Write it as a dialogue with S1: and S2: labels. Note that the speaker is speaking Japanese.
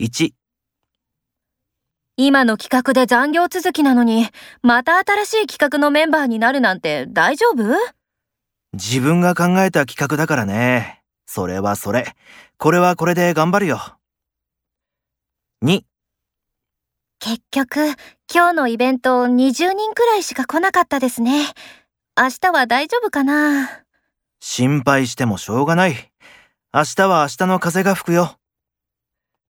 S1: 1、
S2: 今の企画で残業続きなのに、また新しい企画のメンバーになるなんて大丈夫
S1: 自分が考えた企画だからね。それはそれ。これはこれで頑張るよ。2、
S2: 結局、今日のイベント20人くらいしか来なかったですね。明日は大丈夫かな
S1: 心配してもしょうがない。明日は明日の風が吹くよ。